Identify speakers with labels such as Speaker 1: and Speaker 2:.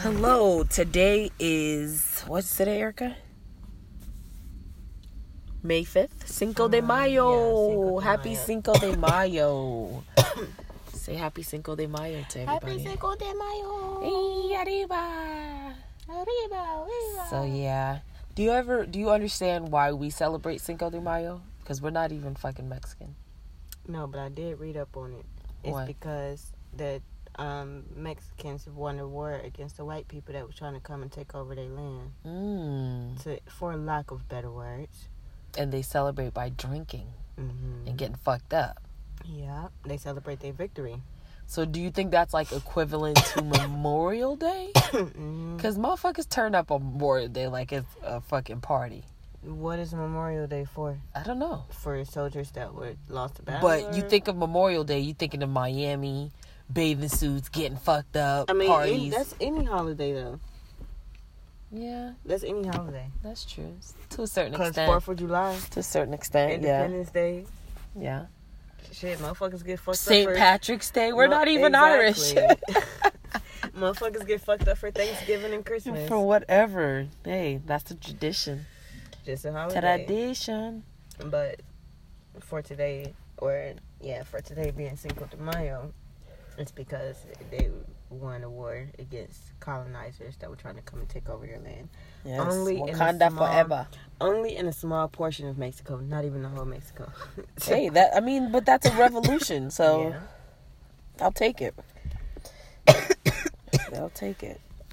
Speaker 1: Hello, today is what's today, Erica? May 5th, Cinco de Mayo.
Speaker 2: Ah, Cinco de
Speaker 1: happy
Speaker 2: Mayo.
Speaker 1: Cinco de Mayo. Say happy Cinco de Mayo to everybody.
Speaker 2: Happy Cinco de Mayo.
Speaker 1: Hey, arriba.
Speaker 2: Arriba, arriba.
Speaker 1: So yeah. Do you ever do you understand why we celebrate Cinco de Mayo? Cuz we're not even fucking Mexican.
Speaker 2: No, but I did read up on it. It's
Speaker 1: Why?
Speaker 2: because the um, Mexicans won a war against the white people that were trying to come and take over their land,
Speaker 1: Mm.
Speaker 2: to, for lack of better words.
Speaker 1: And they celebrate by drinking
Speaker 2: Mm-hmm.
Speaker 1: and getting fucked up.
Speaker 2: Yeah, they celebrate their victory.
Speaker 1: So do you think that's like equivalent to Memorial Day?
Speaker 2: Mm.
Speaker 1: Cause motherfuckers turn up on Memorial Day like it's a fucking party.
Speaker 2: what is Memorial Day for?
Speaker 1: I don't know.
Speaker 2: For soldiers that were lost to battle.
Speaker 1: But you
Speaker 2: or-
Speaker 1: think of Memorial Day, you thinking of Miami, bathing suits, getting fucked up,
Speaker 2: I mean,
Speaker 1: parties.
Speaker 2: any, that's any holiday though.
Speaker 1: yeah,
Speaker 2: That's any holiday.
Speaker 1: that's true. To a certain
Speaker 2: Because
Speaker 1: extent.
Speaker 2: Fourth of July,
Speaker 1: to a certain extent, yeah,
Speaker 2: Independence Day,
Speaker 1: yeah.
Speaker 2: shit, motherfuckers get fucked up.
Speaker 1: St.
Speaker 2: for-
Speaker 1: Patrick's Day, we're
Speaker 2: Mo-
Speaker 1: not even honoring shit.
Speaker 2: exactly. Motherfuckers get fucked up for Thanksgiving and Christmas.
Speaker 1: For whatever, hey, that's the tradition.
Speaker 2: Just a holiday.
Speaker 1: Tradition.
Speaker 2: But for today, or yeah, for today being Cinco de Mayo, it's because they won a war against colonizers that were trying to come and take over their land.
Speaker 1: Yes.
Speaker 2: Only in a
Speaker 1: Wakanda
Speaker 2: small-
Speaker 1: forever.
Speaker 2: Only in a small portion of Mexico, not even the whole Mexico.
Speaker 1: Hey, that I mean, but that's a revolution, so
Speaker 2: Yeah.
Speaker 1: I'll take it. I'll take it.